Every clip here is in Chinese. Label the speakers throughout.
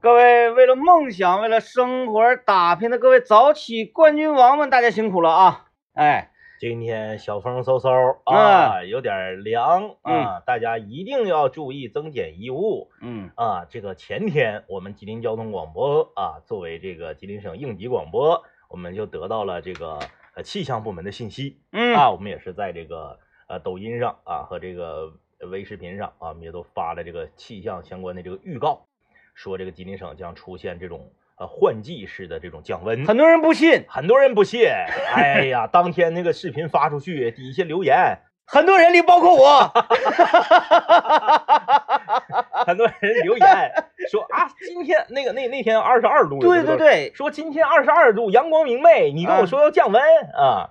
Speaker 1: 各位为了梦想、为了生活而打拼的各位早起冠军王们，大家辛苦了啊！哎，
Speaker 2: 今天小风嗖嗖啊，有点凉啊，大家一定要注意增减衣物
Speaker 1: 嗯
Speaker 2: 啊。这个前天我们吉林交通广播啊，作为这个吉林省应急广播，我们就得到了这个呃气象部门的信息
Speaker 1: 嗯
Speaker 2: 啊，我们也是在这个呃抖音上啊和这个微视频上啊，我们也都发了这个气象相关的这个预告，说这个吉林省将出现这种呃换季式的这种降温。
Speaker 1: 很多人不信，
Speaker 2: 很多人 不信，哎呀，当天那个视频发出去，底下留言，
Speaker 1: 很多人里包括 我。啊
Speaker 2: 很多人留言说啊，今天那个那那天二十二度，
Speaker 1: 对对，对，
Speaker 2: 说今天二十二度，阳光明媚，你跟
Speaker 1: 嗯
Speaker 2: 我说要降温啊，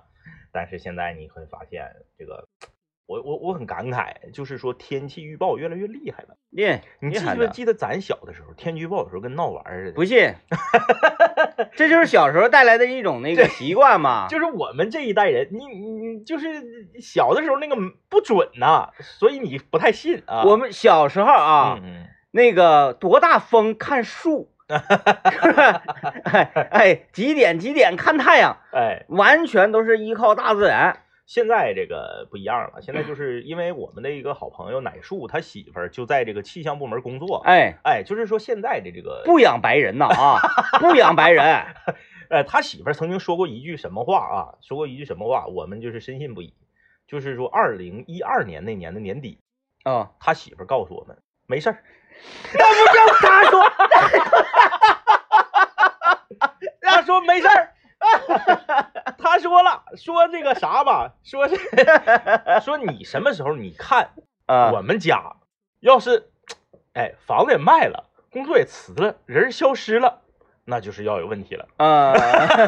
Speaker 2: 但是现在你会发现这个，我我我很感慨，就是说天气预报越来越厉害了。
Speaker 1: 你
Speaker 2: 你记
Speaker 1: 喊
Speaker 2: 不
Speaker 1: 的
Speaker 2: 记得咱小的时候，天气预报有时候跟闹玩儿似的？
Speaker 1: 不 信？这就是小时候带来的一种那个习惯嘛。
Speaker 2: 就是我们这一代人，你你就是小的时候那个不准呐、所以你不太信啊。
Speaker 1: 我们小时候啊，
Speaker 2: 嗯嗯
Speaker 1: 那个多大风看树，是吧？ 哎哎，几点几点看太阳，
Speaker 2: 哎，
Speaker 1: 完全都是依靠大自然。
Speaker 2: 现在这个不一样了，现在就是因为我们的一个好朋友乃树，他媳妇儿就在这个气象部门工作。
Speaker 1: 哎，
Speaker 2: 哎，就是说现在的这个，
Speaker 1: 不养白人呐 啊，不养白人。
Speaker 2: 呃，他媳妇儿曾经说过一句什么话啊？说过一句什么话？我们就是深信不疑，就是说二零一二年那年的年底，
Speaker 1: 啊，
Speaker 2: 他媳妇儿告诉我们，没事儿，
Speaker 1: 那不叫他说，
Speaker 2: 他说没事儿，他说了，说这个啥吧，说是说你什么时候你看我
Speaker 1: 啊，
Speaker 2: 们家要是，哎，房子也卖了，工作也辞了，人儿消失了，那就是要有问题了。
Speaker 1: 呃，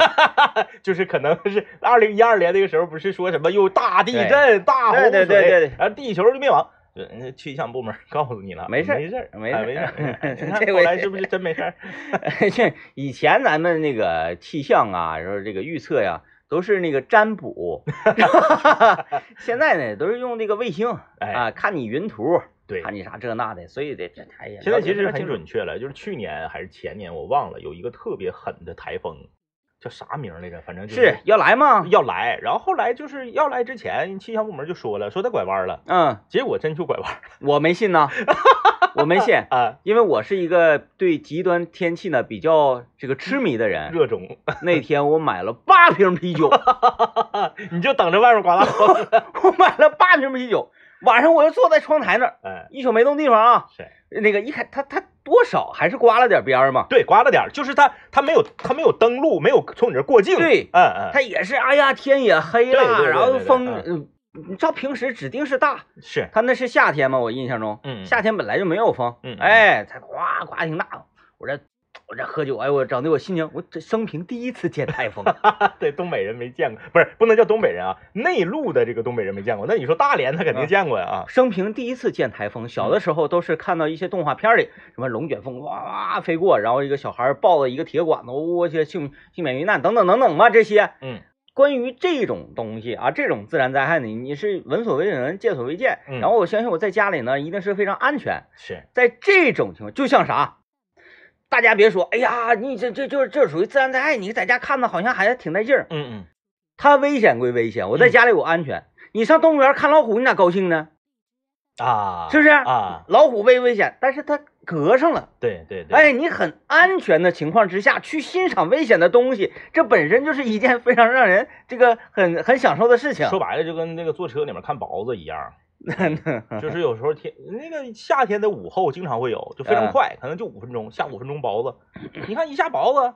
Speaker 2: 就是可能是二零一二年那个时候，不是说什么又大地震、大洪水，
Speaker 1: 对对对对
Speaker 2: 然后地球就灭亡。人家气象部门告诉你了，
Speaker 1: 没事儿
Speaker 2: 没事儿，
Speaker 1: 没
Speaker 2: 哎
Speaker 1: 事
Speaker 2: 没
Speaker 1: 儿
Speaker 2: 事儿。你
Speaker 1: 这
Speaker 2: 看
Speaker 1: 回
Speaker 2: 后来是不是真没 事儿？
Speaker 1: 这以前咱们那个气象啊，然后这个预测呀，都是那个占 卜，现在呢都是用那个卫星啊，
Speaker 2: 哎，
Speaker 1: 看你云图，
Speaker 2: 对，
Speaker 1: 看你啥这那的，所以得这哎呀，
Speaker 2: 现在其实很准确了，就是去年还是前年，我忘了，有一个特别狠的台风，叫啥名儿来着？反正就是
Speaker 1: 要来吗？
Speaker 2: 要来，然后后来就是要来之前，气象部门就说了，说他拐弯了，
Speaker 1: 嗯，
Speaker 2: 结果真就拐弯了
Speaker 1: 我没信呐，我没信。
Speaker 2: 啊，
Speaker 1: 因为我是一个对极端天气呢比较这个痴迷的人，
Speaker 2: 热衷，
Speaker 1: 那天我买了八瓶啤酒，
Speaker 2: 你就等着外面刮大风，
Speaker 1: 我买了八瓶啤酒，晚上我就坐在窗台那儿，
Speaker 2: 哎，
Speaker 1: 一宿没动地方啊。
Speaker 2: 是，
Speaker 1: 那个一看他他多少还是刮了点边儿嘛，
Speaker 2: 对，刮了点儿，就是他他没有他没有登陆，没有从你这儿过境，
Speaker 1: 对
Speaker 2: 嗯嗯，
Speaker 1: 他也是哎呀天也黑
Speaker 2: 对对
Speaker 1: 了，
Speaker 2: 对
Speaker 1: 然后
Speaker 2: 对对
Speaker 1: 风，
Speaker 2: 嗯
Speaker 1: 嗯你知道平时指定是大，
Speaker 2: 是，
Speaker 1: 他那是夏天嘛，我印象中，
Speaker 2: 嗯，
Speaker 1: 夏天本来就没有风，
Speaker 2: 嗯嗯
Speaker 1: 哎，他夸夸挺大，我这我这喝酒，哎我整的我心情，我这生平第一次见台风，
Speaker 2: 对东北人没见过，不是不能叫东北人啊，内陆的这个东北人没见过，那你说大连他肯
Speaker 1: 嗯
Speaker 2: 定见过呀啊，
Speaker 1: 生平第一次见台风，小
Speaker 2: 嗯
Speaker 1: 的时候都是看到一些动画片里，什么龙卷风哇哇飞过，然后一个小孩抱着一个铁管子，我去幸幸免于难等等等等吧，这些
Speaker 2: 嗯
Speaker 1: 关于这种东西啊，这种自然灾害呢，你是闻所未闻，见所未见。
Speaker 2: 嗯
Speaker 1: 然后我相信我在家里呢，一定是非常安全。
Speaker 2: 是，
Speaker 1: 在这种情况，就像啥，大家别说，哎呀，你这这这这属于自然灾害，你在家看的好像还挺带劲儿。
Speaker 2: 嗯嗯，
Speaker 1: 它危险归危险，我在
Speaker 2: 嗯
Speaker 1: 家里我安全。你上动物园看老虎，你咋高兴呢？
Speaker 2: 啊，
Speaker 1: 是不是
Speaker 2: 啊？
Speaker 1: 老虎被危险，但是它隔上了。
Speaker 2: 对对对，
Speaker 1: 哎，你很安全的情况之下去欣赏危险的东西，这本身就是一件非常让人这个很很享受的事情。
Speaker 2: 说白了就跟那个坐车里面看雹子一样，
Speaker 1: 嗯
Speaker 2: 就是有时候天那个夏天的午后经常会有，就非
Speaker 1: 嗯
Speaker 2: 常快，可能就五分钟，下五分钟雹子。你看一下雹子，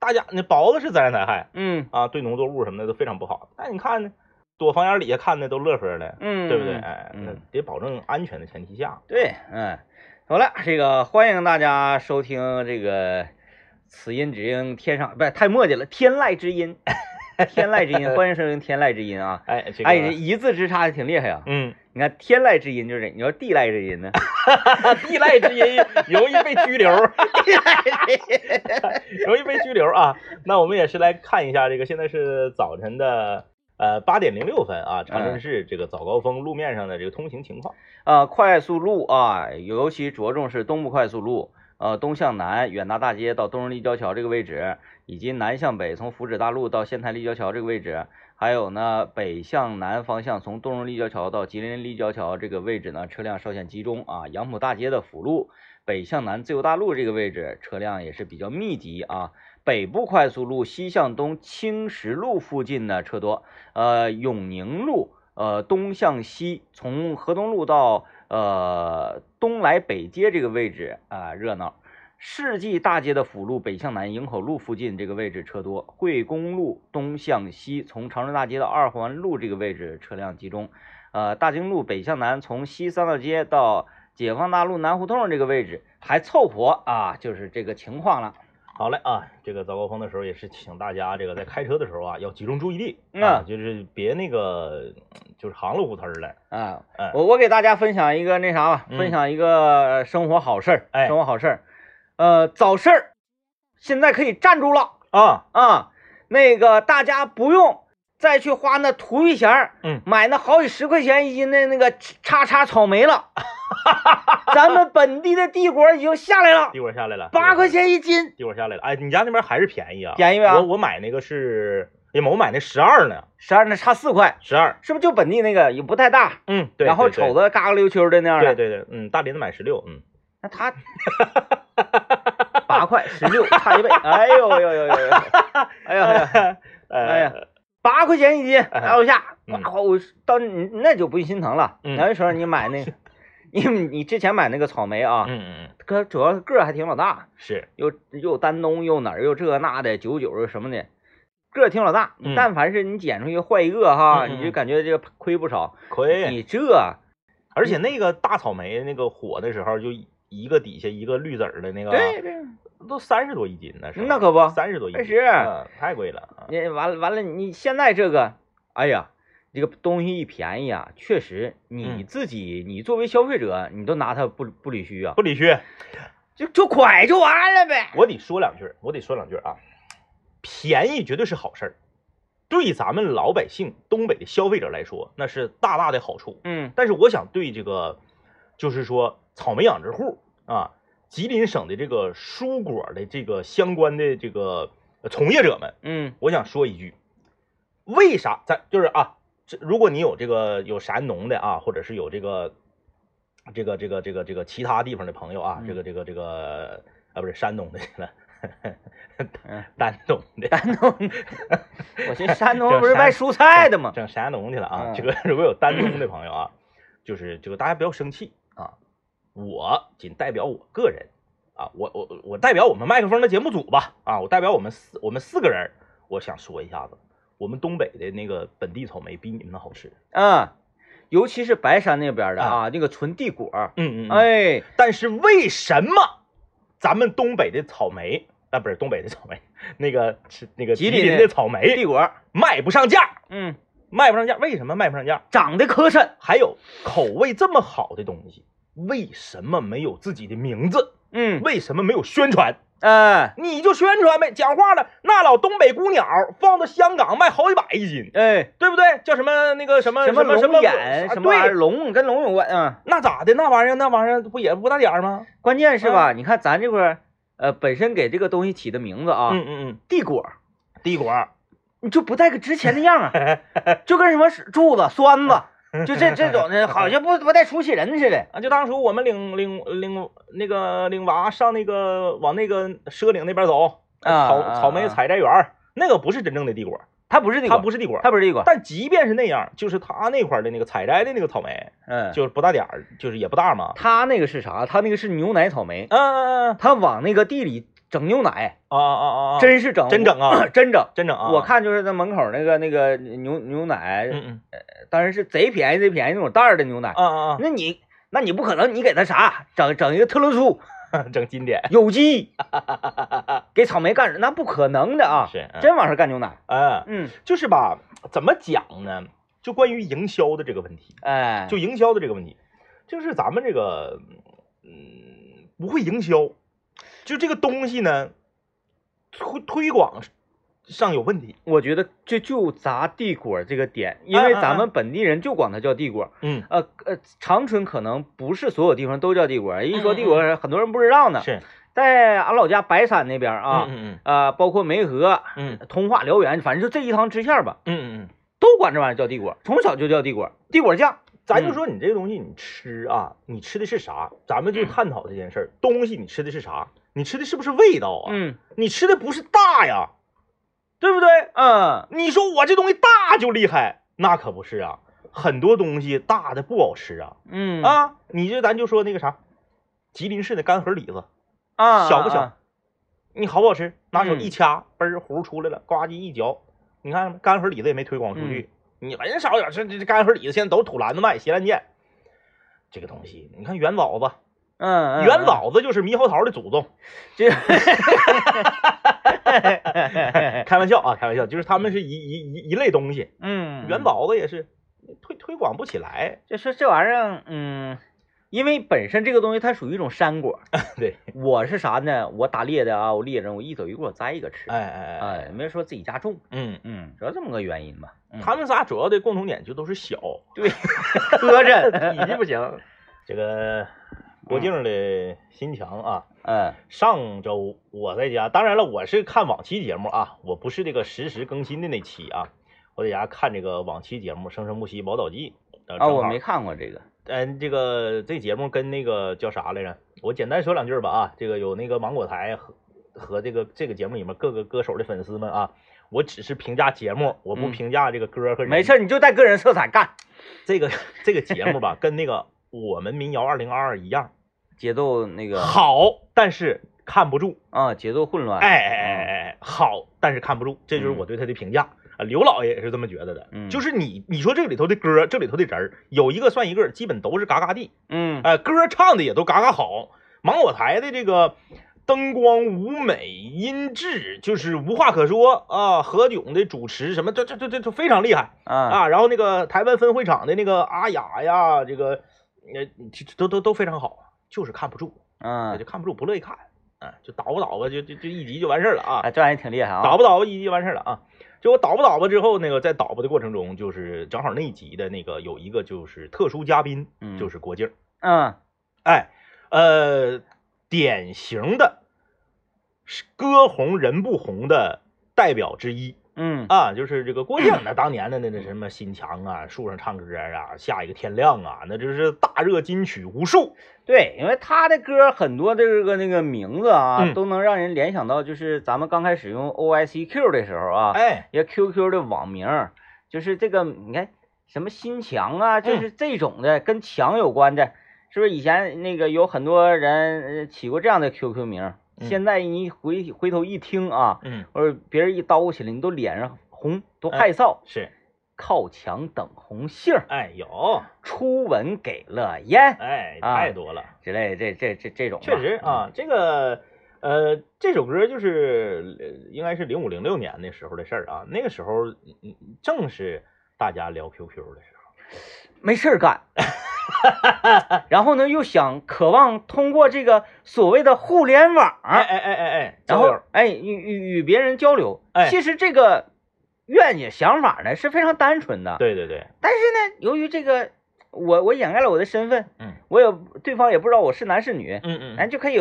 Speaker 2: 大家那雹子是自然灾害
Speaker 1: 嗯
Speaker 2: 啊，对农作物什么的都非常不好。但你看呢，躲房檐底下看的都乐呵的，
Speaker 1: 嗯，
Speaker 2: 对不对？哎，那
Speaker 1: 嗯
Speaker 2: 得保证安全的前提下，
Speaker 1: 对，嗯，好了，这个欢迎大家收听这个此音只应天上，不是太墨迹了，天籁之音，天籁之 音，欢迎收听天籁之音啊！
Speaker 2: 哎，这个，
Speaker 1: 哎，这一字之差挺厉害啊！
Speaker 2: 嗯，
Speaker 1: 你看天籁之音就是，你说地籁之音呢？
Speaker 2: 地赖之音容易被拘留，容易被拘留啊。那我们也是来看一下这个，现在是早晨的。呃，八点零六分啊，
Speaker 1: 嗯
Speaker 2: 长春市这个早高峰路
Speaker 1: 呃
Speaker 2: 面上的这个通行情况。
Speaker 1: 啊，快速路啊，尤其着重是东部快速路。呃，东向南远达大街到东荣立交桥这个位置，以及南向北从福祉大路到仙台立交桥这个位置，还有呢北向南方向从东荣立交桥到吉林立交桥这个位置呢，车辆稍显集中啊。杨浦大街的辅路北向南自由大路这个位置，车辆也是比较密集啊。北部快速路西向东青石路附近呢车多，呃，永宁路呃东向西从河东路到呃东来北街这个位置啊、热闹。世纪大街的辅路北向南营口路附近这个位置车多，惠公路东向西从长春大街到二环路这个位置车辆集中，呃，大经路北向南从西三道街到解放大路南胡同这个位置还凑合啊，就是这个情况了。
Speaker 2: 好嘞啊，这个早高峰的时候也是请大家这个在开车的时候啊，要集中注意力
Speaker 1: 嗯
Speaker 2: 啊，就是别那个就是行路胡同儿了。
Speaker 1: 啊，
Speaker 2: 哎
Speaker 1: 我我给大家分享一个那啥吧，
Speaker 2: 嗯
Speaker 1: 分享一个呃生活好事儿，
Speaker 2: 哎
Speaker 1: 生活好事儿，呃，早市儿现在可以站住了
Speaker 2: 啊，
Speaker 1: 啊，那个大家不用再去花那土玉钱儿，
Speaker 2: 嗯
Speaker 1: 买那好几十块钱一斤的那个叉叉草莓 了，咱们本地的地瓜已经下来了
Speaker 2: 地，瓜下来了，
Speaker 1: 八块，钱一斤，
Speaker 2: 地瓜下来了。哎，你家那边还是便宜啊？
Speaker 1: 便宜吧
Speaker 2: 我我买那个是，哎呀妈，我买那十二呢，
Speaker 1: 十二那差四块，
Speaker 2: 十二。
Speaker 1: 是不是就本地那个也不太大，
Speaker 2: 嗯，对。
Speaker 1: 然后
Speaker 2: 对对
Speaker 1: 瞅着嘎嘎溜秋的那样的，
Speaker 2: 对对对，嗯，大林子买十六，嗯，
Speaker 1: 那他八块十六，差一倍。哎呦呦呦呦呦！哎呦哎哎呦，哎呀
Speaker 2: 呃，
Speaker 1: 八块钱一斤，拿楼下，
Speaker 2: 嗯
Speaker 1: 哇我到你那就不用心疼了。
Speaker 2: 嗯
Speaker 1: 有的时候你买那，因为你之前买那个草莓啊，
Speaker 2: 嗯嗯嗯，
Speaker 1: 可主要是个儿还挺老大，
Speaker 2: 是，
Speaker 1: 又又丹东又哪儿又这那的九九又什么的，个儿挺老大。
Speaker 2: 嗯
Speaker 1: 但凡是你捡出去坏一个哈，
Speaker 2: 嗯嗯嗯
Speaker 1: 你就感觉这个亏不少。
Speaker 2: 亏。
Speaker 1: 你这
Speaker 2: 而且那个大草莓那个火的时候，就一个底下一个绿籽儿的那个，
Speaker 1: 对对，
Speaker 2: 都三十多一斤呢，是吧
Speaker 1: 那可不
Speaker 2: 三十多一斤，
Speaker 1: 20
Speaker 2: 嗯太贵了。啊
Speaker 1: 你完了完了，你现在这个，哎呀，这个东西一便宜啊，确实你
Speaker 2: 嗯
Speaker 1: 自己、你作为消费者，你都拿它不不理虚啊，
Speaker 2: 不理虚，
Speaker 1: 就就蒯就完了呗。
Speaker 2: 我得说两句，我得说两句啊，便宜绝对是好事儿，对咱们老百姓东北的消费者来说，那是大大的好处。
Speaker 1: 嗯
Speaker 2: 但是我想对这个，就是说草莓养殖户啊，吉林省的这个蔬果的这个相关的这个呃从业者们，
Speaker 1: 嗯
Speaker 2: 我想说一句，为啥咱就是啊，这如果你有这个有山农的啊，或者是有这个这个这个这个这个其他地方的朋友啊，
Speaker 1: 嗯
Speaker 2: 这个这个这个啊不是山东的 了，
Speaker 1: 嗯，
Speaker 2: 丹东的。
Speaker 1: 丹东，我寻思山东
Speaker 2: 这
Speaker 1: 不是
Speaker 2: 山
Speaker 1: 卖蔬菜的吗？
Speaker 2: 整山东去了啊！
Speaker 1: 嗯
Speaker 2: 这个如果有丹东的朋友啊，就是这个大家不要生气啊，我仅代表我个人啊，我我我代表我们麦克风的节目组吧啊，我代表我们四我们四个人，我想说一下子，我们东北的那个本地草莓比你们的好吃，
Speaker 1: 嗯，尤其是白山那边的啊，那个纯地果儿，
Speaker 2: 嗯哎，
Speaker 1: 哎，
Speaker 2: 但是为什么咱们东北的草莓啊不是东北的草莓，那个是那个
Speaker 1: 吉
Speaker 2: 吉
Speaker 1: 林的
Speaker 2: 林的草
Speaker 1: 地
Speaker 2: 莓
Speaker 1: 果儿，
Speaker 2: 卖不上价，
Speaker 1: 嗯，
Speaker 2: 卖不上价，为什么卖不上价？
Speaker 1: 长得磕碜，
Speaker 2: 还有口味这么好的东西，为什么没有自己的名字？
Speaker 1: 嗯，
Speaker 2: 为什么没有宣传？
Speaker 1: 哎
Speaker 2: 你就宣传呗。讲话了，那老东北姑鸟放到香港卖好几百一斤，
Speaker 1: 哎，
Speaker 2: 对不对？叫什么那个呃什么
Speaker 1: 什么
Speaker 2: 么什
Speaker 1: 龙眼
Speaker 2: 眼
Speaker 1: 什么玩意儿
Speaker 2: 对，
Speaker 1: 龙跟龙有关，嗯。
Speaker 2: 那咋的？那玩意儿那玩意儿不也不大点儿吗？
Speaker 1: 关键是
Speaker 2: 啊
Speaker 1: 吧，你看咱这块儿，呃，本身给这个东西起的名字啊，
Speaker 2: 嗯嗯
Speaker 1: 地果儿，
Speaker 2: 嗯，地果儿，哎
Speaker 1: 你就不带个值钱的样 儿啊，就跟什么柱子、栓子，就这这种的，好像不不带出息人似的。
Speaker 2: 啊，就当初我们领领领那个领娃上那个往那个佘岭那边走，
Speaker 1: 啊
Speaker 2: 草
Speaker 1: 啊
Speaker 2: 草莓
Speaker 1: 啊
Speaker 2: 采摘园儿，那个不是真正的地果儿，
Speaker 1: 它不是地果，
Speaker 2: 它不
Speaker 1: 是，
Speaker 2: 是地果儿，
Speaker 1: 它不是地果，
Speaker 2: 但即便是那样，就是他那块儿的那个采摘的那个草莓，
Speaker 1: 嗯，
Speaker 2: 就是不大点儿，就是也不大嘛。
Speaker 1: 它那个是啥？它那个是牛奶草莓，
Speaker 2: 嗯嗯嗯
Speaker 1: 它往那个地里整牛奶，
Speaker 2: 啊啊啊啊！
Speaker 1: 真是整，
Speaker 2: 真整啊
Speaker 1: 真整。
Speaker 2: 真整啊！
Speaker 1: 我看就是在门口那个那个牛牛
Speaker 2: 嗯，
Speaker 1: 奶，
Speaker 2: 嗯嗯
Speaker 1: 当然是贼便宜贼便宜那种袋儿的牛奶。
Speaker 2: 啊啊
Speaker 1: 那你那你不可能，你给它啥整整一个特仑苏，
Speaker 2: 啊， 整经典
Speaker 1: 有机，给草莓干那不可能的啊！
Speaker 2: 是嗯
Speaker 1: 真往上干牛奶。
Speaker 2: 嗯，
Speaker 1: 嗯，
Speaker 2: 就是吧？怎么讲呢？就关于营销的这个问题，
Speaker 1: 哎，
Speaker 2: 就营销的这个问题，就是咱们这个嗯不会营销，就这个东西呢推推广上有问题。
Speaker 1: 我觉得这就砸地果这个点，因为
Speaker 2: 嗯嗯
Speaker 1: 咱们本地人就管它叫地果。
Speaker 2: 嗯，
Speaker 1: 呃呃，长春可能不是所有地方都叫地果，一说
Speaker 2: 嗯嗯
Speaker 1: 地果，很多人不知道呢。
Speaker 2: 是
Speaker 1: 在俺老家白山那边啊，
Speaker 2: 嗯
Speaker 1: 呃，包括梅河、
Speaker 2: 嗯嗯
Speaker 1: 通化、辽源，反正就这一趟支线吧，
Speaker 2: 嗯嗯，
Speaker 1: 都管这玩意儿叫地瓜，从小就叫地瓜，地瓜酱。
Speaker 2: 咱就说你这个东西你吃啊，你吃的是啥？咱
Speaker 1: 嗯
Speaker 2: 们就探讨这件事儿，东西你吃的是啥？你吃的是不是味道啊？
Speaker 1: 嗯，
Speaker 2: 你吃的不是大呀？
Speaker 1: 对不对？嗯，
Speaker 2: 你说我这东西大就厉害，那可不是啊，很多东西大的不好吃啊。
Speaker 1: 嗯啊
Speaker 2: 啊，你这咱就说那个啥，吉林市的干河李子，
Speaker 1: 啊，
Speaker 2: 小不小
Speaker 1: 啊？
Speaker 2: 你好不好吃？拿手
Speaker 1: 嗯
Speaker 2: 一掐，嘣儿核出来了，呱唧一嚼，你看干河李子也没推广出去，
Speaker 1: 嗯
Speaker 2: 你很少有这这这干河李子现在都土篮子卖，斜烂贱。这个东西，你看元宝子，
Speaker 1: 嗯，嗯
Speaker 2: 元，宝子就是猕猴桃的祖宗，
Speaker 1: 这
Speaker 2: 开玩笑啊，开玩笑，就是他们是一一一一类东西，
Speaker 1: 嗯，
Speaker 2: 元宝子也是推推广不起来，
Speaker 1: 就是这玩意儿，嗯，因为本身这个东西它属于一种山果。
Speaker 2: 对，
Speaker 1: 我是啥呢？我打猎的啊，我猎人，我一走一过摘一个吃。
Speaker 2: 哎哎哎，
Speaker 1: 哎，没说自己家种，
Speaker 2: 嗯，
Speaker 1: 嗯，主要这么个原因吧。嗯
Speaker 2: 他们仨主要的共同点就都是小，
Speaker 1: 对磕 碜，
Speaker 2: 体积不 行。这个郭靖的心墙啊，
Speaker 1: 嗯
Speaker 2: 上周我在家，当然了，我是看往期节目啊，我不是这个实时更新的那期啊，我在家看这个往期节目《生生不息宝岛记》呃
Speaker 1: 啊，
Speaker 2: 正
Speaker 1: 我
Speaker 2: 好
Speaker 1: 没看过这个，
Speaker 2: 嗯，这个这节目跟那个叫啥来着？我简单说两句吧啊，这个有那个芒果台和和这个这个节目里面各个歌手的粉丝们啊，我只是评价节目，我不
Speaker 1: 嗯
Speaker 2: 评价这个歌和人。
Speaker 1: 没事，你就带个人色彩干，
Speaker 2: 这个这个节目吧，跟那个我们民谣二零二二一 样
Speaker 1: 节奏那个
Speaker 2: 好，但是看不住。
Speaker 1: 啊，节奏混乱，
Speaker 2: 哎哎哎哎哎，好，但是看不住，这就是我对他的评价啊。刘老爷也是这么觉得的，
Speaker 1: 嗯
Speaker 2: 就是你你说这里头的歌，这里头的人儿有一个算一个，基本都是嘎嘎地，
Speaker 1: 嗯，
Speaker 2: 哎，歌唱的也都嘎嘎好。芒果台的这个灯光、舞美、音质，就是无话可说啊。何炅的主持什么，这这这这这非常厉害。
Speaker 1: 啊
Speaker 2: 啊，然后那个台湾分会场的那个阿雅呀，这个呃这这都都都非常好，就是看不住，
Speaker 1: 啊
Speaker 2: 也就看不住，不乐意看，啊，就捣吧捣吧，就就就一集就完事儿了啊
Speaker 1: 啊，，这玩意儿挺厉害啊，
Speaker 2: 捣吧捣吧一集就完事儿了啊。结果捣吧捣吧之后，那个在捣吧的过程中，就是正好那一集的那个有一个就是特殊嘉宾，
Speaker 1: 嗯
Speaker 2: 就是郭靖儿，
Speaker 1: 嗯
Speaker 2: 哎，呃，典型的是歌红人不红的代表之一。
Speaker 1: 嗯
Speaker 2: 啊，就是这个郭靖， 那当年的那那什么新墙啊，树上唱歌啊，下一个天亮啊，那就是大热金曲无数。
Speaker 1: 对，因为他的歌很多的这个那个名字啊，
Speaker 2: 嗯
Speaker 1: 都能让人联想到，就是咱们刚开始用 O I C Q 的时候啊，
Speaker 2: 哎，
Speaker 1: 一个 QQ 的网名儿，就是这个你看什么新墙啊，
Speaker 2: 嗯
Speaker 1: 就是这种的、跟墙有关的，是不是？以前那个有很多人呃起过这样的 QQ 名儿，
Speaker 2: 嗯
Speaker 1: 现在你回回头一听啊，
Speaker 2: 嗯，
Speaker 1: 或者别人一叨咕起来，你都脸上红，都
Speaker 2: 哎
Speaker 1: 害臊。
Speaker 2: 是，
Speaker 1: 靠墙等红杏儿，
Speaker 2: 哎，有，
Speaker 1: 初吻给了烟
Speaker 2: 哎，
Speaker 1: 啊
Speaker 2: 太多了，
Speaker 1: 之类的，这这这这种吧嗯
Speaker 2: 确实啊，这个。呃，这首歌就是呃应该是零五零六年那时候的事儿啊，那个时候嗯嗯正是大家聊 QQ 的时候。
Speaker 1: 没事儿干，然后呢又想渴望通过这个所谓的互联网，
Speaker 2: 哎哎哎哎
Speaker 1: 啊
Speaker 2: 哎，
Speaker 1: 然
Speaker 2: 交
Speaker 1: 后
Speaker 2: 流
Speaker 1: 哎与与与别人交流。
Speaker 2: 哎
Speaker 1: 其实这个愿景想法呢是非常单纯的，
Speaker 2: 对对对，
Speaker 1: 但是呢，由于这个我我掩盖了我的身份，
Speaker 2: 嗯
Speaker 1: 我也对方也不知道我是男是女，
Speaker 2: 嗯嗯
Speaker 1: 咱就可以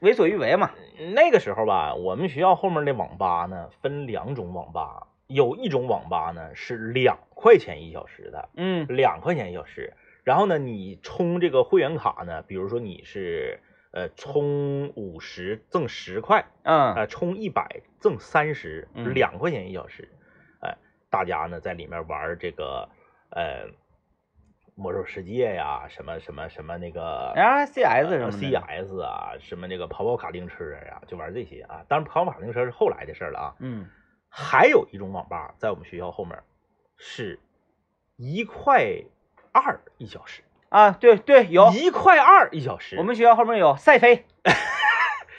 Speaker 1: 为所欲为嘛。
Speaker 2: 那个时候吧，我们学校后面的网吧呢，分两种网吧，有一种网吧呢是两块钱一小时的，
Speaker 1: 嗯
Speaker 2: 两块钱一小时。然后呢，你充这个会员卡呢，比如说你是呃充五十赠十块，
Speaker 1: 嗯
Speaker 2: 呃充一百赠三十，
Speaker 1: 嗯
Speaker 2: 两块钱一小时。哎、大家呢在里面玩这个呃魔兽世界呀，什么什么什么那个
Speaker 1: 然后 CS 什么的
Speaker 2: CS 啊，什么那个跑跑卡丁车啊，就玩这些啊。当然，跑跑卡丁车是后来的事儿了啊。
Speaker 1: 嗯
Speaker 2: 还有一种网吧在我们学校后面，是一块二一小时，
Speaker 1: 啊对对有，
Speaker 2: 一块二一小时。
Speaker 1: 我们学校后面有赛 飞，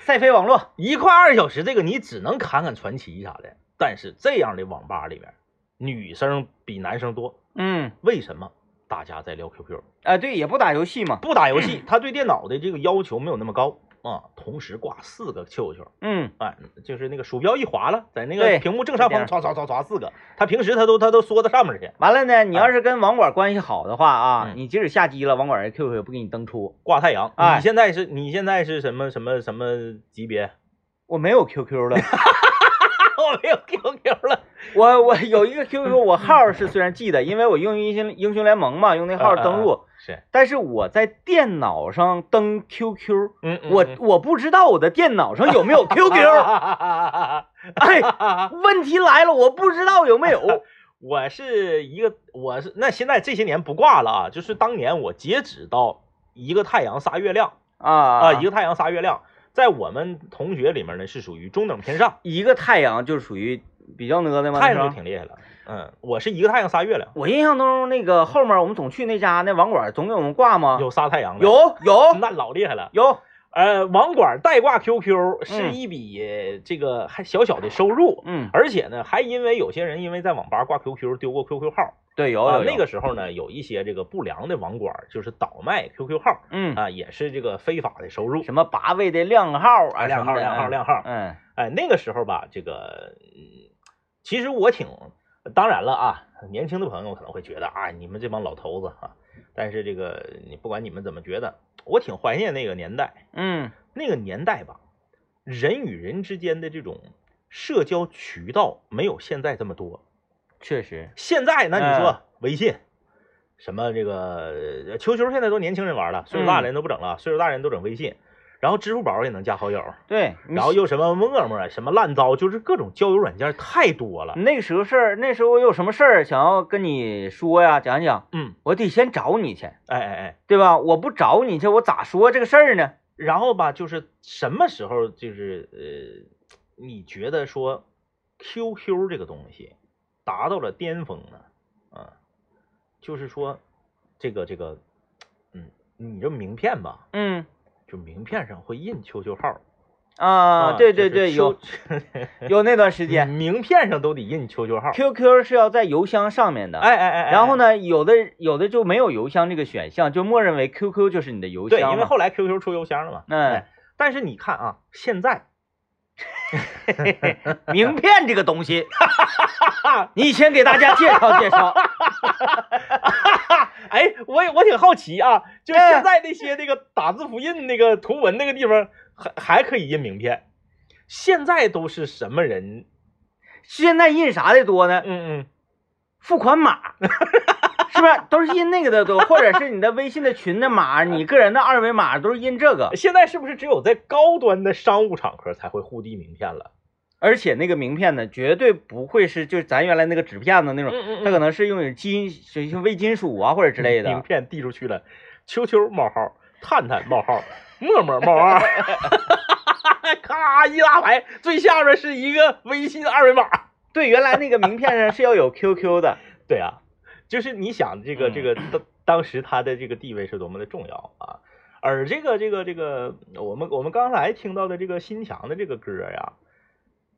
Speaker 1: 赛飞网络，
Speaker 2: 一块二小时，这个你只能侃侃传奇啥的。但是这样的网吧里面，女生比男生多，
Speaker 1: 嗯
Speaker 2: 为什么？大家在聊 QQ，
Speaker 1: 啊对也不打游戏嘛，
Speaker 2: 不打游戏，他对电脑的这个要求没有那么高。啊，同时挂四个绣球，
Speaker 1: 嗯，
Speaker 2: 啊，就是那个鼠标一划了，在那个
Speaker 1: 对
Speaker 2: 屏幕正上方
Speaker 1: 是这
Speaker 2: 唰唰唰唰四个，他平时他都他都缩到上面去，
Speaker 1: 完了呢，你要是跟网管关系好的话啊，
Speaker 2: 啊嗯
Speaker 1: 你即使下机了，网管人 QQ 也不给你登出。
Speaker 2: 挂太阳。
Speaker 1: 哎
Speaker 2: 你现在是你现在是什么什么什么级别？
Speaker 1: 我没有 QQ 了，
Speaker 2: 我没有 QQ 了。
Speaker 1: 我我有一个 QQ，我号是虽然记得，因为我用英雄英雄联盟嘛，用那号
Speaker 2: 啊
Speaker 1: 登录，
Speaker 2: 是，
Speaker 1: 但是我在电脑上登 QQ，
Speaker 2: 嗯，啊
Speaker 1: 我我不知道我的电脑上有没有 QQ。哎，
Speaker 2: 嗯
Speaker 1: 问题来了，我不知道有没 有。
Speaker 2: 我是一个，我是那现在这些年不挂了啊，就是当年我截止到一个太阳仨月亮
Speaker 1: 啊
Speaker 2: 啊、
Speaker 1: 啊
Speaker 2: 一个太阳仨月亮，在我们同学里面呢是属于中等偏上，
Speaker 1: 一个太阳就属于比较呢的嘛。
Speaker 2: 太
Speaker 1: 那时候
Speaker 2: 阳就挺厉害了。嗯，我是一个太阳仨月亮，
Speaker 1: 我印象中那个后面我们总去那家那网管总给我们挂吗？
Speaker 2: 有嗯仨太阳的，
Speaker 1: 啊有有
Speaker 2: 那老厉害了。
Speaker 1: 有，
Speaker 2: 呃，网管代挂 QQ 是
Speaker 1: 嗯
Speaker 2: 一笔这个还小小的收入，
Speaker 1: 嗯，
Speaker 2: 而且呢，还因为有些人因为在网吧挂 QQ 丢过 QQ 号，
Speaker 1: 对有
Speaker 2: 啊、
Speaker 1: 有
Speaker 2: 那，个时候呢，有一些这个不良的网管就是倒卖 QQ 号
Speaker 1: 有嗯，
Speaker 2: 啊，也是这个非法的收入。
Speaker 1: 什么八位的靓号啊，
Speaker 2: 亮号，亮号，亮号
Speaker 1: 号，。嗯
Speaker 2: 哎，那个时候吧，这个，嗯其实我挺，当然了啊，年轻的朋友可能会觉得啊，你们这帮老头子啊，但是这个你不管你们怎么觉得，我挺怀念那个年代。
Speaker 1: 嗯，
Speaker 2: 那个年代吧，人与人之间的这种社交渠道没有现在这么多。
Speaker 1: 确实，
Speaker 2: 现在那你说
Speaker 1: 哎
Speaker 2: 微信，什么这个呃球球现在都年轻人玩了，岁数大
Speaker 1: 嗯
Speaker 2: 的人都不整了，岁数大人都整微信，然后支付宝也能加好友，
Speaker 1: 对，你
Speaker 2: 然后又什么陌陌什么烂糟，就是各种交友软件太多了。
Speaker 1: 那个时候事儿，那时候我有什么事儿想要跟你说呀，讲一讲，
Speaker 2: 嗯，
Speaker 1: 我得先找你去，
Speaker 2: 哎哎哎，
Speaker 1: 对吧？我不找你去，我咋说这个事儿呢？
Speaker 2: 然后吧，就是什么时候就是呃，你觉得说 QQ 这个东西达到了巅峰呢？啊，就是说这个这个，嗯，你这名片吧，
Speaker 1: 嗯
Speaker 2: 就名片上会印 QQ 号
Speaker 1: 啊，对对对，有有那段时
Speaker 2: 姐，
Speaker 1: 间
Speaker 2: 名片上都得印 QQ 号。
Speaker 1: ，QQ 是要在邮箱上面的，
Speaker 2: 哎哎哎，哎
Speaker 1: 然后？呢，有的有的就没有邮箱这个选项，就默认为 QQ 就是你的邮箱
Speaker 2: 对，
Speaker 1: 嘛。
Speaker 2: 因为后来 QQ 出邮箱了嘛。
Speaker 1: 嗯
Speaker 2: 哎，但是你看啊，现在
Speaker 1: 名片这个东西，你以前给大家介绍介绍，
Speaker 2: 哎，我也我挺好奇啊，就是
Speaker 1: 哎
Speaker 2: 现在那些那个打字复印那个图文那个地方，还还可以印名片，现在都是什么人？
Speaker 1: 现在印啥的多呢？
Speaker 2: 嗯
Speaker 1: 付款码，是不是都是印那个的多，或者是你的微信的群的码，你个人的二维码都是印这个
Speaker 2: 嗯，，现在是不是只有在高端的商务场合才会互递名片了？
Speaker 1: 而且那个名片呢，绝对不会是就是咱原来那个纸片子那种，
Speaker 2: 嗯
Speaker 1: 它可能是用于金是是微金属啊或者之类
Speaker 2: 名
Speaker 1: 的，
Speaker 2: 片递出去了，秋秋冒号，探探冒号，陌陌冒号， 咔一拉排，最下面是一个微信二维码。
Speaker 1: 对，原来那个名片上是要有 QQ 的，
Speaker 2: 对啊，就是你想这个
Speaker 1: 嗯
Speaker 2: 这个当当时他的这个地位是多么的重要啊！而这个这个这个，我们我们刚才听到的这个新强的这个歌呀，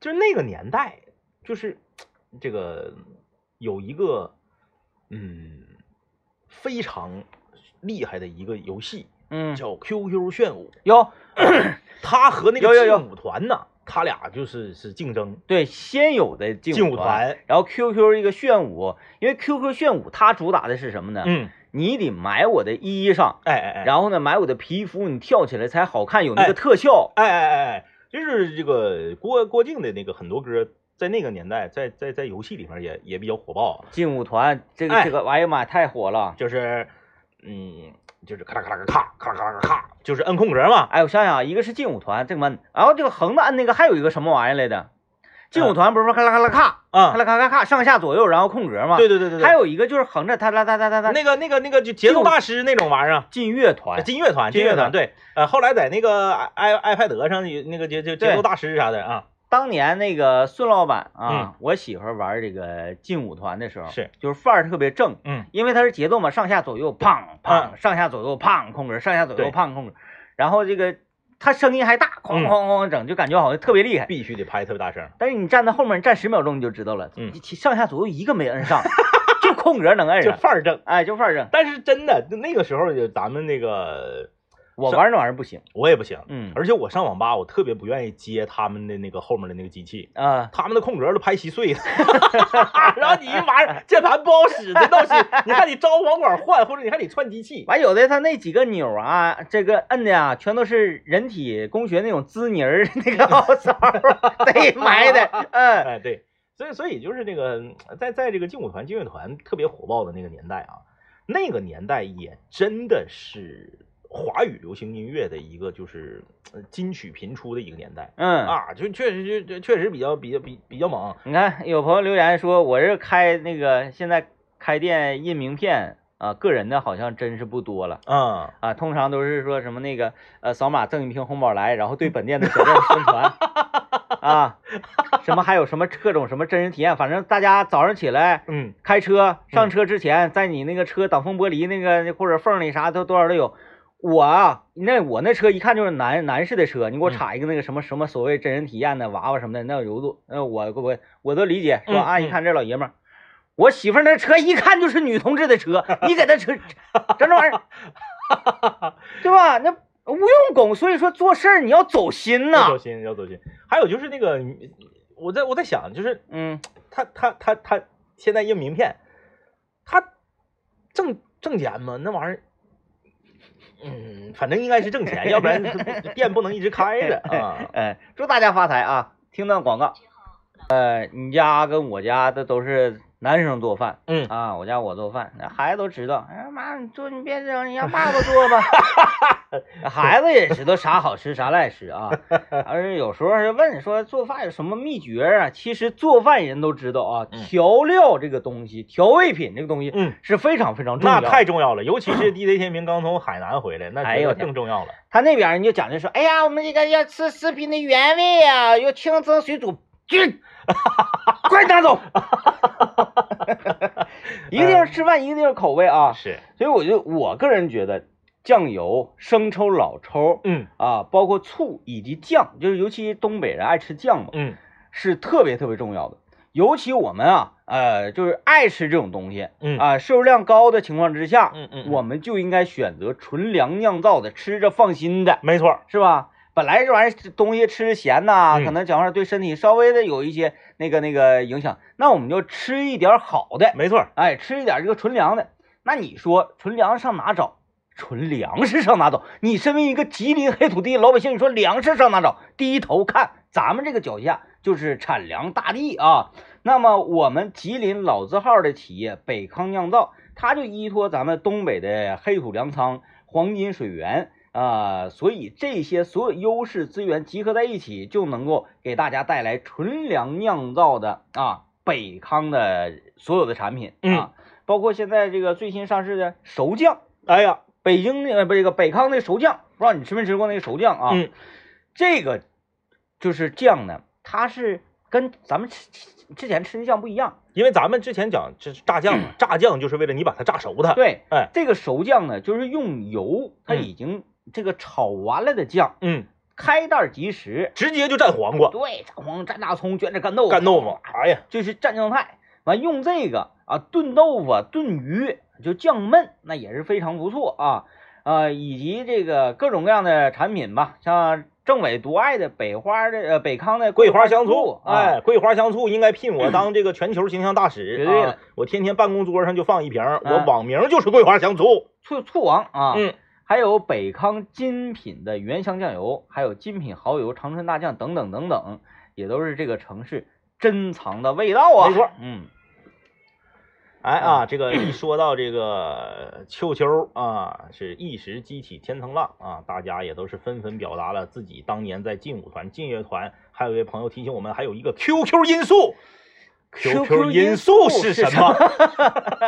Speaker 2: 就是那个年代，就是这个有一个嗯非常厉害的一个游戏
Speaker 1: 嗯，
Speaker 2: 叫 QQ 炫舞，
Speaker 1: 有
Speaker 2: 他和那个
Speaker 1: 有有有
Speaker 2: 劲舞团呐，他俩就是是竞争
Speaker 1: 对先有的
Speaker 2: 劲
Speaker 1: 劲
Speaker 2: 舞
Speaker 1: 舞团。
Speaker 2: 团，
Speaker 1: 然后 QQ 一个炫舞，因为 QQ 炫舞它主打的是什么呢？
Speaker 2: 嗯，
Speaker 1: 你得买我的衣裳，
Speaker 2: 哎哎哎，
Speaker 1: 然后呢买我的皮肤，你跳起来才好看，有那
Speaker 2: 哎
Speaker 1: 个特效。
Speaker 2: 哎哎哎，哎，就是这个郭郭靖的那个很多歌，在那个年代，在在在游戏里面也也比较火爆啊，
Speaker 1: 劲舞团这个
Speaker 2: 哎
Speaker 1: 这个，哎呀妈，太火了！
Speaker 2: 就是嗯，就是咔啦咔啦咔咔啦咔啦咔啦，就是摁空格嘛。
Speaker 1: 哎，我想想啊，一个是劲舞团这个门，然后这个横的按那个，还有一个什么玩意儿来的？劲
Speaker 2: 嗯
Speaker 1: 舞团不是咔啦咔啦咔，咔
Speaker 2: 啊、
Speaker 1: 啦咔啦咔，上下左右，然后空格嘛。
Speaker 2: 对对对对对，
Speaker 1: 还有一个就是横着，哒哒哒哒哒哒。
Speaker 2: 那个那个那个就节奏大师那种玩意儿啊。
Speaker 1: 劲乐团，
Speaker 2: 金乐团，
Speaker 1: 哎金
Speaker 2: 金乐
Speaker 1: 乐
Speaker 2: 团，
Speaker 1: 团
Speaker 2: 对，呃，后来在那个 i i 派德上有那个节就节
Speaker 1: 对
Speaker 2: 奏大师啥的啊，
Speaker 1: 当年那个孙老板啊，我媳妇儿玩这个劲舞团的时候，
Speaker 2: 嗯是
Speaker 1: 就是范儿特别正，
Speaker 2: 嗯，
Speaker 1: 因为它是节奏嘛，上下左右砰
Speaker 2: 啊
Speaker 1: 砰，上下左右砰空格，上下左
Speaker 2: 对
Speaker 1: 右砰空格，然后这个他声音还大，
Speaker 2: 嗯
Speaker 1: 哐哐哐整，就感觉好像特别厉害。
Speaker 2: 必须得拍特别大声，
Speaker 1: 但是你站在后面，你站十秒钟你就知道了，
Speaker 2: 嗯
Speaker 1: 你上下左右一个没摁上， 就空格能摁
Speaker 2: 就
Speaker 1: 上，
Speaker 2: 范儿正。
Speaker 1: 哎，就范儿正。
Speaker 2: 但是真的，就那个时候，就咱们那个
Speaker 1: 我玩那玩意儿不行。
Speaker 2: 我也不行。
Speaker 1: 嗯
Speaker 2: 而且我上网吧，我特别不愿意接他们的那个后面的那个机器，
Speaker 1: 啊，
Speaker 2: 他们的空格都拍稀碎了，然后你一玩意儿键盘不好使，这倒是，你还得招网管换，或者你还得串机器。
Speaker 1: 完有的他那几个钮儿啊，这个摁的呀，全都是人体工学那种滋泥儿 那个凹槽儿 贼埋的， 嗯
Speaker 2: 哎，对，所以所以就是这个，嗯在在这个劲舞团、劲乐团特别火爆的那个年代啊，那个年代也真的是华语流行音乐的一个就是呃金曲频出的一个年代
Speaker 1: 嗯。
Speaker 2: 啊，就确实就就确实比较比较比比较猛，
Speaker 1: 你看，有朋友留言说，我这开那个现在开店印名片啊，个人的好像真是不多了
Speaker 2: 嗯，
Speaker 1: 啊，通常都是说什么那个呃，扫码赠一瓶红宝来，然后对本店的小店宣传啊，什么还有什么各种什么真人体验，反正大家早上起来
Speaker 2: 嗯，
Speaker 1: 开车上车之前，在你那个车挡风玻璃那个或者缝里啥都多少都有。我啊，那我那车一看就是男男士的车，你给我
Speaker 2: 嗯
Speaker 1: 插一个那个什么什么所谓真人体验的娃娃什么的，那有度，那我我我都理解，说
Speaker 2: 嗯
Speaker 1: 啊，一
Speaker 2: 嗯
Speaker 1: 看这老爷们儿，我媳妇儿那车一看就是女同志的车，你给她 车整这玩意儿，对吧？那无用功，所以说做事儿你要走心
Speaker 2: 要
Speaker 1: 呐
Speaker 2: 走，心要走心。还有就是那个，我在我在想，就是
Speaker 1: 嗯，
Speaker 2: 他他他他现在印名片，他挣挣钱吗？那玩意儿，嗯，反正应该是挣钱，要不然店不能一直开着 啊。
Speaker 1: 哎，祝大家发财啊！听段广告，呃，你家跟我家的都是男生做饭
Speaker 2: 嗯，
Speaker 1: 啊，我家我做饭，那孩子都知道。哎妈，你做你别整，你让爸爸做吧。 孩子也知道啥好吃啥赖吃啊，而且有时候还问说做饭有什么秘诀啊？其实做饭人都知道啊，
Speaker 2: 嗯
Speaker 1: 调料这个东西，调味品这个东西
Speaker 2: 嗯，
Speaker 1: 是非常非常重要
Speaker 2: 那
Speaker 1: 的。
Speaker 2: 太重要了，尤其 是 DJ 天明刚从海南回来，那
Speaker 1: 哎
Speaker 2: 觉
Speaker 1: 呦
Speaker 2: 得
Speaker 1: 我天
Speaker 2: 更重要了。
Speaker 1: 他那边儿人就讲究说，哎呀，我们这个要吃食品的原味啊，要清蒸水煮，滚， 快拿 走，一个地方吃饭，一个地方口味啊。
Speaker 2: 是，
Speaker 1: 所以我就我个人觉得，酱油、生抽、老抽
Speaker 2: 嗯
Speaker 1: 啊，包括醋以及酱，就是尤其东北人爱吃酱嘛，
Speaker 2: 嗯
Speaker 1: 是特别特别重要的。尤其我们啊，呃，就是爱吃这种东西
Speaker 2: 嗯
Speaker 1: 啊，摄入量高的情况之下，
Speaker 2: 嗯嗯，
Speaker 1: 我们就应该选择纯粮酿造的，吃着放心的。
Speaker 2: 没错儿，
Speaker 1: 是吧？本来这玩意儿东西吃咸呐、
Speaker 2: 嗯
Speaker 1: 可能讲话对身体稍微的有一些那个那个影响，那我们就吃一点好的，
Speaker 2: 没错儿，
Speaker 1: 哎，吃一点这个纯粮的。那你说纯粮上哪找？纯粮食上哪找？你身为一个吉林黑土地老百姓，你说粮食上哪找？低头看，咱们这个脚下就是产粮大地啊。那么我们吉林老字号的企业北康酿造，它就依托咱们东北的黑土粮仓、黄金水源啊、所以这些所有优势资源集合在一起，就能够给大家带来纯粮酿造的啊北康的所有的产品啊，包括现在这个最新上市的熟酱，
Speaker 2: 哎呀，
Speaker 1: 北京那个呃不这个北康那熟酱，不知道你吃没吃过那个熟酱啊？
Speaker 2: 嗯，
Speaker 1: 这个就是酱呢，它是跟咱们吃吃之前吃的酱不一样。
Speaker 2: 因为咱们之前讲这是炸酱嘛，炸酱就是为了你把它炸熟
Speaker 1: 嗯
Speaker 2: 它。
Speaker 1: 对，
Speaker 2: 哎
Speaker 1: 这个熟酱呢，就是用油，它
Speaker 2: 嗯
Speaker 1: 已经这个炒完了的酱，
Speaker 2: 嗯，
Speaker 1: 开袋即食。
Speaker 2: 直接就蘸黄瓜、
Speaker 1: 对，炸黄蘸大葱，卷着干豆腐，啊
Speaker 2: 干豆腐，哎呀，
Speaker 1: 就是蘸酱菜。完用这个啊，炖豆腐、炖鱼，就酱焖，那也是非常不错啊。呃，以及这个各种各样的产品吧，像政委独爱的北花的呃北康的
Speaker 2: 桂花香
Speaker 1: 醋啊
Speaker 2: 醋，，哎，桂花香醋应该聘我当这个全球形象大使。
Speaker 1: 绝对的啊
Speaker 2: 啊，我天天办公桌上就放一瓶，我网名就是桂花香醋。
Speaker 1: 醋醋王啊，
Speaker 2: 嗯，
Speaker 1: 还有北康精品的原香酱油，还有精品蚝油、长春大酱等等等等，也都是这个城市珍藏的味道啊。
Speaker 2: 没错，
Speaker 1: 嗯，
Speaker 2: 哎啊，这个一说到这个秋秋啊，是一时激起千层浪啊，大家也都是纷纷表达了自己当年在劲舞团、劲乐团，还有一位朋友提醒我们，还有一个 QQ 因素。
Speaker 1: QQ
Speaker 2: 因
Speaker 1: 因素
Speaker 2: 是
Speaker 1: 是
Speaker 2: 什
Speaker 1: 什
Speaker 2: 么？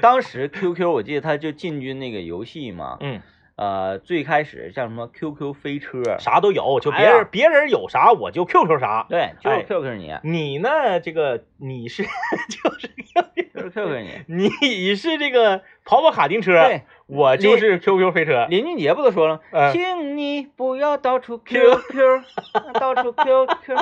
Speaker 1: 当时 QQ 我记得它就进军那个游戏嘛，
Speaker 2: 嗯，
Speaker 1: 呃，最开始像什么 QQ 飞车，
Speaker 2: 啥都有，就别
Speaker 1: 哎
Speaker 2: 人、
Speaker 1: 呀
Speaker 2: 别人有啥我就 QQ 啥。
Speaker 1: 对，就是
Speaker 2: 哎
Speaker 1: QQ 你，
Speaker 2: 你呢？这个你是 就是
Speaker 1: 就是 QQ 你。
Speaker 2: 你是啊这个跑跑卡丁车，
Speaker 1: 对，
Speaker 2: 我就是 QQ 飞车。
Speaker 1: 林俊杰不都说了吗？
Speaker 2: 嗯啊
Speaker 1: 请你不要到处 QQ，到 处 QQ。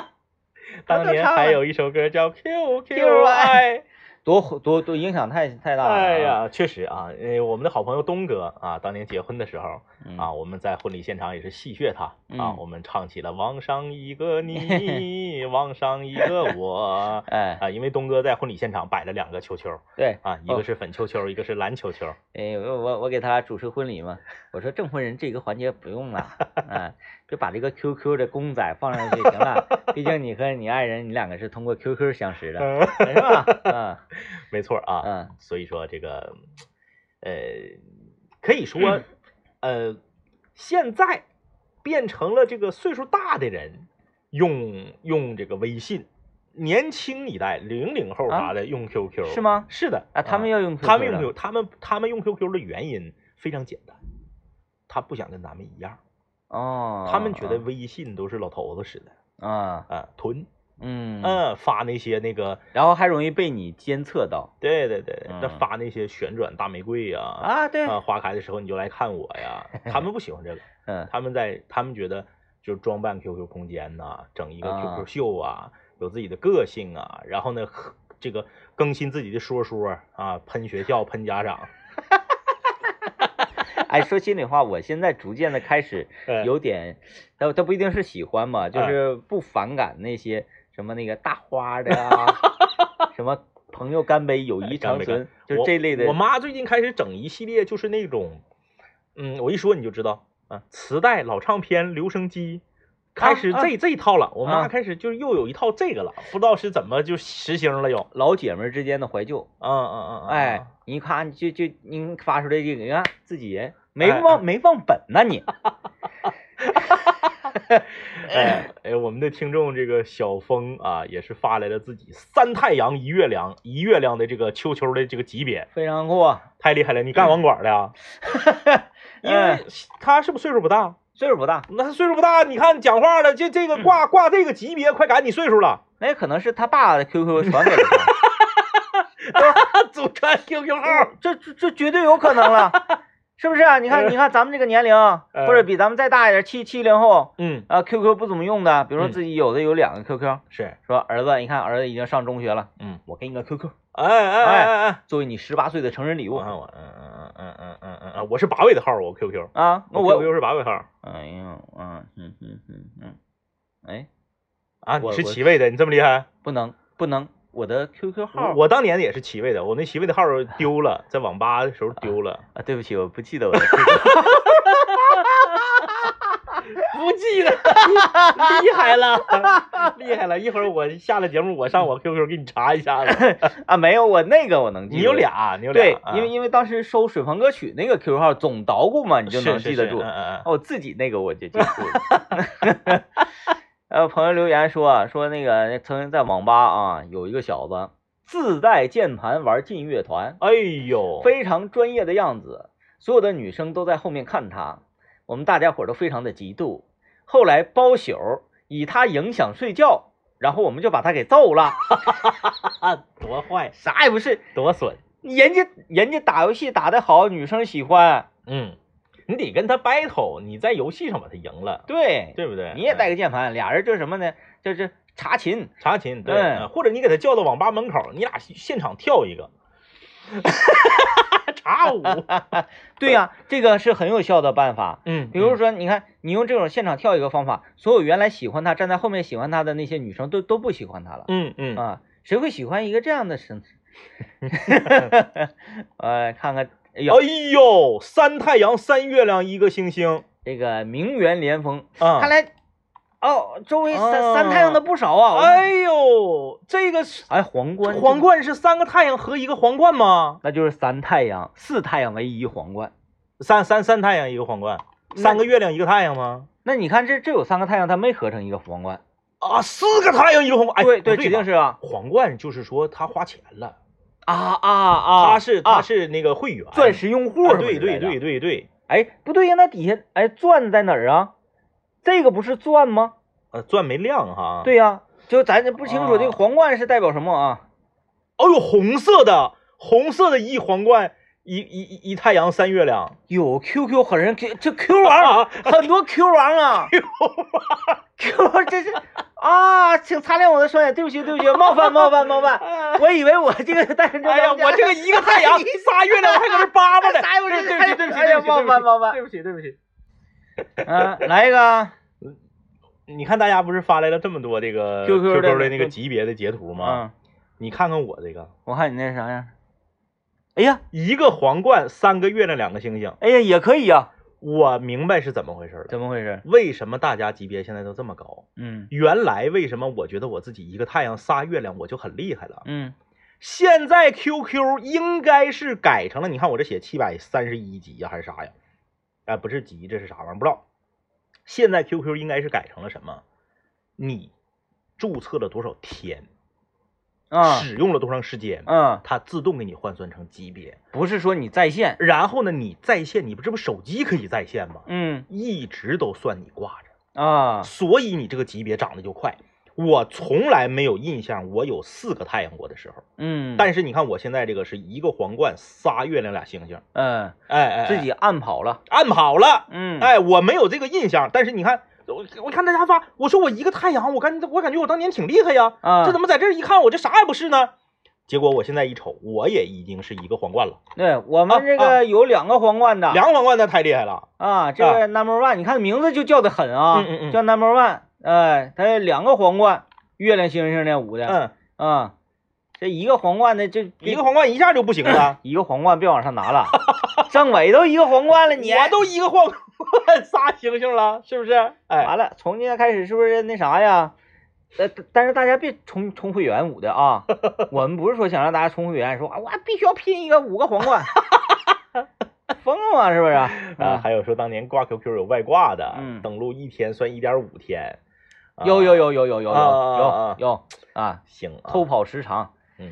Speaker 2: 当年还有一首歌叫
Speaker 1: QQ
Speaker 2: QQI，
Speaker 1: 爱多多多影响太太大了。
Speaker 2: 哎，呀，确实啊，呃，我们的好朋友东哥啊，当年结婚的时候
Speaker 1: 嗯、
Speaker 2: 啊，我们在婚礼现场也是戏谑他啊，
Speaker 1: 嗯
Speaker 2: 我们唱起了“望上一 个你，望上一个我
Speaker 1: 哎”，
Speaker 2: 啊，因为东哥在婚礼现场摆了两个球球
Speaker 1: 对，
Speaker 2: 啊，一个是粉球球，一个是蓝球球。
Speaker 1: 哎，我我我给他主持婚礼嘛，我说证婚人这个环节不用了，啊，就把这个 QQ 的公仔放上去行了，毕竟你和你爱人你两个是通过 QQ 相识的，
Speaker 2: 嗯，
Speaker 1: 是吧？ 嗯
Speaker 2: 没错啊，
Speaker 1: 嗯
Speaker 2: 所以说这个，呃，可以
Speaker 1: 嗯
Speaker 2: 说，呃，现在变成了这个岁数大的人用用这个微信，年轻一代零零后啥的用 QQ、
Speaker 1: 啊是？吗？
Speaker 2: 是的
Speaker 1: 啊，他们要用 QQ，
Speaker 2: 他们用
Speaker 1: 的
Speaker 2: Q 他们他们用 QQ 的原因非常简单，他不想跟咱们一样，
Speaker 1: 哦，
Speaker 2: 他们觉得微信都是老头子似的
Speaker 1: 啊，
Speaker 2: 啊，囤，
Speaker 1: 嗯嗯，
Speaker 2: 嗯，发那些那个，
Speaker 1: 然后还容易被你监测到
Speaker 2: 对对对，那
Speaker 1: 嗯
Speaker 2: 发那些旋转大玫瑰呀啊
Speaker 1: 啊，对，
Speaker 2: 啊，花开的时候你就来看我 呀。他们不喜欢这个，
Speaker 1: 嗯
Speaker 2: 他们在他们觉得就是装扮 QQ 空间呐、整一个
Speaker 1: 啊
Speaker 2: QQ 秀啊，有自己的个性啊，然后呢，呵这个更新自己的说说啊，喷学校、喷家长，
Speaker 1: 哎，说心里话，我现在逐渐的开始
Speaker 2: 呃
Speaker 1: 有点，他他不一定是喜欢吧，就
Speaker 2: 哎
Speaker 1: 是不反感那些什么那个大花的 啊，什么朋友干杯、友
Speaker 2: 哎
Speaker 1: 谊
Speaker 2: 干
Speaker 1: 长
Speaker 2: 杯
Speaker 1: 存
Speaker 2: 干，
Speaker 1: 就是
Speaker 2: 我
Speaker 1: 这类的
Speaker 2: 我妈最近开始整一系列，就是那种，嗯，我一说你就知道啊，磁带、老唱片、留声机。开始
Speaker 1: 啊
Speaker 2: 这、这一套了，我
Speaker 1: 啊
Speaker 2: 妈开始就又有一套这个了，不知道是怎么就实行了又，
Speaker 1: 老姐们儿之间的怀旧。
Speaker 2: 嗯嗯嗯，嗯
Speaker 1: 哎，，你看就就你发出来这个，你看自己人没
Speaker 2: 哎
Speaker 1: 忘没忘本呢 你。
Speaker 2: 哎哎，我们的听众这个小峰啊，也是发来了自己三太阳一月亮一月亮的这个秋秋的这个级别，
Speaker 1: 非常酷，啊
Speaker 2: 太厉害了！你干网管的呀？因为
Speaker 1: 嗯
Speaker 2: 他是不是岁数不大？
Speaker 1: 岁数不大，
Speaker 2: 那他岁数不大，你看讲话了，这这个挂挂这个级别，快赶你岁数了。
Speaker 1: 那也可能是他爸的 QQ 传给了他。
Speaker 2: 他祖传 QQ 号，
Speaker 1: 这这这绝对有可能 了，是不是、啊？你
Speaker 2: 哎
Speaker 1: 看，你看咱们这个年龄，
Speaker 2: 呃
Speaker 1: 或者比咱们再大一点，七七零后
Speaker 2: 嗯，
Speaker 1: 啊，QQ 不怎么用的，比如说
Speaker 2: 嗯
Speaker 1: 自己有的有两个 QQ，
Speaker 2: 是，
Speaker 1: 说儿子，你看儿子已经上中学了，
Speaker 2: 嗯，
Speaker 1: 我给你个 QQ
Speaker 2: 哎哎哎哎，
Speaker 1: 作为你十八岁的成人礼物
Speaker 2: 我看我，嗯嗯嗯嗯嗯嗯嗯，我是八位的号，我 QQ，
Speaker 1: 啊。那
Speaker 2: 我
Speaker 1: 我，
Speaker 2: QQ 是八位号
Speaker 1: 哎呀，嗯嗯嗯嗯嗯，哎，
Speaker 2: 啊，你
Speaker 1: 我
Speaker 2: 是
Speaker 1: 我
Speaker 2: 七位的，你这么厉害？
Speaker 1: 不能不能，我的 QQ 号，
Speaker 2: 我当年也是齐位的，我那齐位的号儿丢了，在网吧的时候丢了，
Speaker 1: 啊，对不起，我不记得我的 QQ，
Speaker 2: 不记得， 厉害了，厉害了！一会儿我下了节目，我上我 QQ 给你查一下 子。
Speaker 1: 啊，没有，我那个我能记得，
Speaker 2: 你有。俩，你有俩，
Speaker 1: 对，
Speaker 2: 啊
Speaker 1: 因为因为当时收水房歌曲那个 QQ 号总捣鼓嘛，你就是能
Speaker 2: 是
Speaker 1: 记得
Speaker 2: 是
Speaker 1: 住。
Speaker 2: 嗯嗯嗯
Speaker 1: 我哦自己那个我就记不住了。 呃，朋友留言说啊，说那个曾经在网吧啊，有一个小子自带键盘玩劲乐团，
Speaker 2: 哎 呦，
Speaker 1: 非常专业的样子，所有的女生都在后面看他，我们大家伙儿都非常的嫉妒。后来包宿以他影响睡觉，然后我们就把他给揍了，
Speaker 2: 啊，多坏，
Speaker 1: 啥也不是，
Speaker 2: 多损。
Speaker 1: 人家人家打游戏打得好，女生喜欢，
Speaker 2: 嗯，你得跟他 battle，你在游戏上把他赢了，
Speaker 1: 对，
Speaker 2: 对不对？
Speaker 1: 你也带
Speaker 2: 嗯
Speaker 1: 个键盘，俩人就是什么呢？就是查琴。
Speaker 2: 查琴，对，
Speaker 1: 嗯
Speaker 2: 嗯或者你给他叫到网吧门口，你俩现场跳一 个，查舞，
Speaker 1: 对呀、这个是很有效的办法。
Speaker 2: 嗯，
Speaker 1: 比如说，你看，你用这种现场跳一个方法，所有原来喜欢他、站在后面喜欢他的那些女生都都不喜欢他了
Speaker 2: 嗯，嗯嗯，
Speaker 1: 啊！谁会喜欢一个这样的身？ 呃，看看，哎呦，
Speaker 2: 哎呦，三太阳三月亮一个星星
Speaker 1: 这个名媛连峰，
Speaker 2: 啊！
Speaker 1: 看来哦，周围三、
Speaker 2: 啊
Speaker 1: 三太阳的不少啊！我们
Speaker 2: 哎呦，这个是
Speaker 1: 哎，皇冠，
Speaker 2: 皇，冠是三个太阳合一个皇冠吗？
Speaker 1: 那就是三太阳，四太阳为一皇冠。
Speaker 2: 三三三太阳一个皇冠，
Speaker 1: 那
Speaker 2: 三个月亮一个太阳吗？
Speaker 1: 那你看这这有三个太阳，它没合成一个皇冠。
Speaker 2: 啊，四个太阳一个皇冠，哎，
Speaker 1: 对
Speaker 2: 不对吧，
Speaker 1: 指定是啊
Speaker 2: 皇冠，就是说他花钱了，
Speaker 1: 啊啊啊！
Speaker 2: 他是
Speaker 1: 啊
Speaker 2: 他是那个会员，
Speaker 1: 钻石用户、
Speaker 2: 啊对对对。对对，
Speaker 1: 哎，不对呀，那底下哎钻在哪儿啊？这个不是钻吗？
Speaker 2: 呃，钻没亮哈。，
Speaker 1: 对呀、就咱这不清楚
Speaker 2: 啊
Speaker 1: 这个皇冠是代表什么啊？
Speaker 2: 哦呦，红色的红色的一皇冠一一一一太阳三月亮，
Speaker 1: 有 QQ 狠人 Q 这 Q 王
Speaker 2: 啊
Speaker 1: 很多 Q 王 啊 ，Q 王这是啊，请擦亮我的双眼，对不起对不起，冒犯冒犯冒犯，我以为我这哎个带着
Speaker 2: 哎呀，我这个一 个太阳仨月亮，我还搁这叭叭呢。
Speaker 1: 啥
Speaker 2: 对对不起，对不起，对不起，
Speaker 1: 哎冒犯冒犯。
Speaker 2: 对不起，对不起。
Speaker 1: 嗯，来一个，
Speaker 2: 你看大家不是发来了这么多这个
Speaker 1: QQ 的
Speaker 2: QQ 的那个级别的截图吗？
Speaker 1: 嗯，
Speaker 2: 你看看我这个，
Speaker 1: 我看你那是啥样？哎呀，
Speaker 2: 一个皇冠，三个月亮，两个星星，
Speaker 1: 哎呀，也可以呀、
Speaker 2: 我明白是怎么回事了。
Speaker 1: 怎么回事？
Speaker 2: 为什么大家级别现在都这么高？
Speaker 1: 嗯
Speaker 2: 原来为什么我觉得我自己一个太阳仨月亮我就很厉害了？
Speaker 1: 嗯，
Speaker 2: 现在 QQ 应该是改成了，你看我这写七百三十一级呀、还是啥呀？哎、不是级，这是啥玩意儿？不知道。现在 QQ 应该是改成了什么？你注册了多少天，
Speaker 1: 啊
Speaker 2: 使用了多长时间，
Speaker 1: 嗯，
Speaker 2: 它自动给你换算成级别。
Speaker 1: 不是说你在线，
Speaker 2: 然后呢，你在线，你不这不手机可以在线吗？
Speaker 1: 嗯
Speaker 2: 一直都算你挂着，
Speaker 1: 啊，
Speaker 2: 所以你这个级别涨得就快。我从来没有印象，我有四个太阳过的时候。
Speaker 1: 嗯，
Speaker 2: 但是你看，我现在这个是一个皇冠，仨月亮，俩星星。
Speaker 1: 嗯、
Speaker 2: 哎哎，哎
Speaker 1: 自己暗跑了，
Speaker 2: 按跑了。
Speaker 1: 哎嗯，
Speaker 2: 哎，我没有这个印象，但是你看，我我看大家发，我说我一个太阳，我感我感觉我当年挺厉害呀，
Speaker 1: 啊，
Speaker 2: 这怎么在这儿一看我这啥也不是呢？结果我现在一瞅，我也已经是一个皇冠了，
Speaker 1: 对我
Speaker 2: 啊
Speaker 1: 们这
Speaker 2: 啊
Speaker 1: 个有两个皇冠的，
Speaker 2: 两个皇冠那太厉害了。
Speaker 1: 啊，这个 number one，你看名字就叫的狠啊，
Speaker 2: 嗯嗯嗯
Speaker 1: 叫 number one，哎，它有两个皇冠，月亮、星星的五的，
Speaker 2: 嗯，
Speaker 1: 啊，这一个皇冠的就。
Speaker 2: 一个皇冠一下就不行了
Speaker 1: 一个皇冠别往上 拿了，政委都一个皇冠了，你
Speaker 2: 我都一个皇冠仨星星了，是不是？哎，
Speaker 1: 完了，从现在开始是不是那啥呀？呃但但是大家别充充会员五的 啊，我们不是说想让大家充会员，说啊我必须要拼一个五个皇冠， 疯了吗？是不是？
Speaker 2: 啊，
Speaker 1: 啊，
Speaker 2: 还有说当年挂 QQ 有外挂的，
Speaker 1: 嗯
Speaker 2: 登录一天算一点五天，啊
Speaker 1: 有有，有有有有有
Speaker 2: 啊啊啊啊
Speaker 1: 有有啊，
Speaker 2: 行啊，
Speaker 1: 偷跑时长。
Speaker 2: 嗯，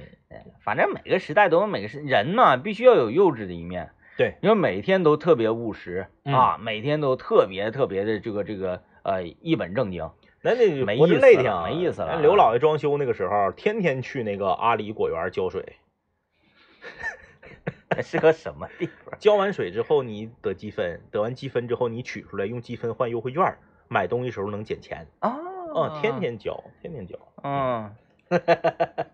Speaker 1: 反正每个时代都有每个时人嘛，必须要有幼稚的一面。
Speaker 2: 对，
Speaker 1: 因为每天都特别务实、
Speaker 2: 嗯
Speaker 1: 啊，每天都特别特别的这个这个呃一本正经。
Speaker 2: 那那
Speaker 1: 没
Speaker 2: 活着
Speaker 1: 意思
Speaker 2: 累
Speaker 1: 了
Speaker 2: 挺，
Speaker 1: 没意思了
Speaker 2: 人刘老爷装修那个时候，天天去那个阿里果园浇水，
Speaker 1: 是个什么地方？
Speaker 2: 浇完水之后你得积分，得完积分之后你取出来用积分换优惠券，买东西时候能减钱。
Speaker 1: 啊，
Speaker 2: 嗯，天天浇，天天浇。
Speaker 1: 嗯，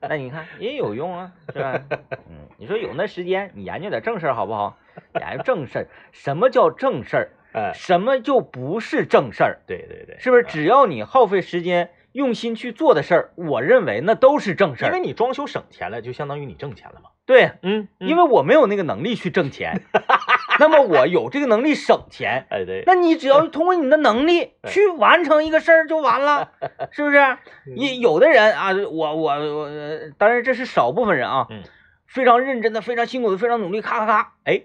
Speaker 1: 那你看也有用啊，是 吧？嗯，你说有那时间，你研究点正事儿好不好？ 研究正事儿，什么叫正事儿？
Speaker 2: 哎，
Speaker 1: 什么就不是正事儿？
Speaker 2: 对对对，
Speaker 1: 是不是？
Speaker 2: 啊？
Speaker 1: 只要你耗费时间、用心去做的事儿，我认为那都是正事
Speaker 2: 因为
Speaker 1: 儿。
Speaker 2: 你装修省钱了，就相当于你挣钱了嘛。
Speaker 1: 对，
Speaker 2: 嗯，
Speaker 1: 因为我没有那个能力去挣钱， 那么我有这个能力省钱。
Speaker 2: 哎对，
Speaker 1: 那你只要通过你的能力
Speaker 2: 对
Speaker 1: 去完成一个事儿就完了， 是不是？
Speaker 2: 嗯
Speaker 1: 你有的人啊，我我我，呃当然这是少部分人啊，
Speaker 2: 嗯
Speaker 1: 非常认真的、非常辛苦的、非常努力，咔咔咔，哎，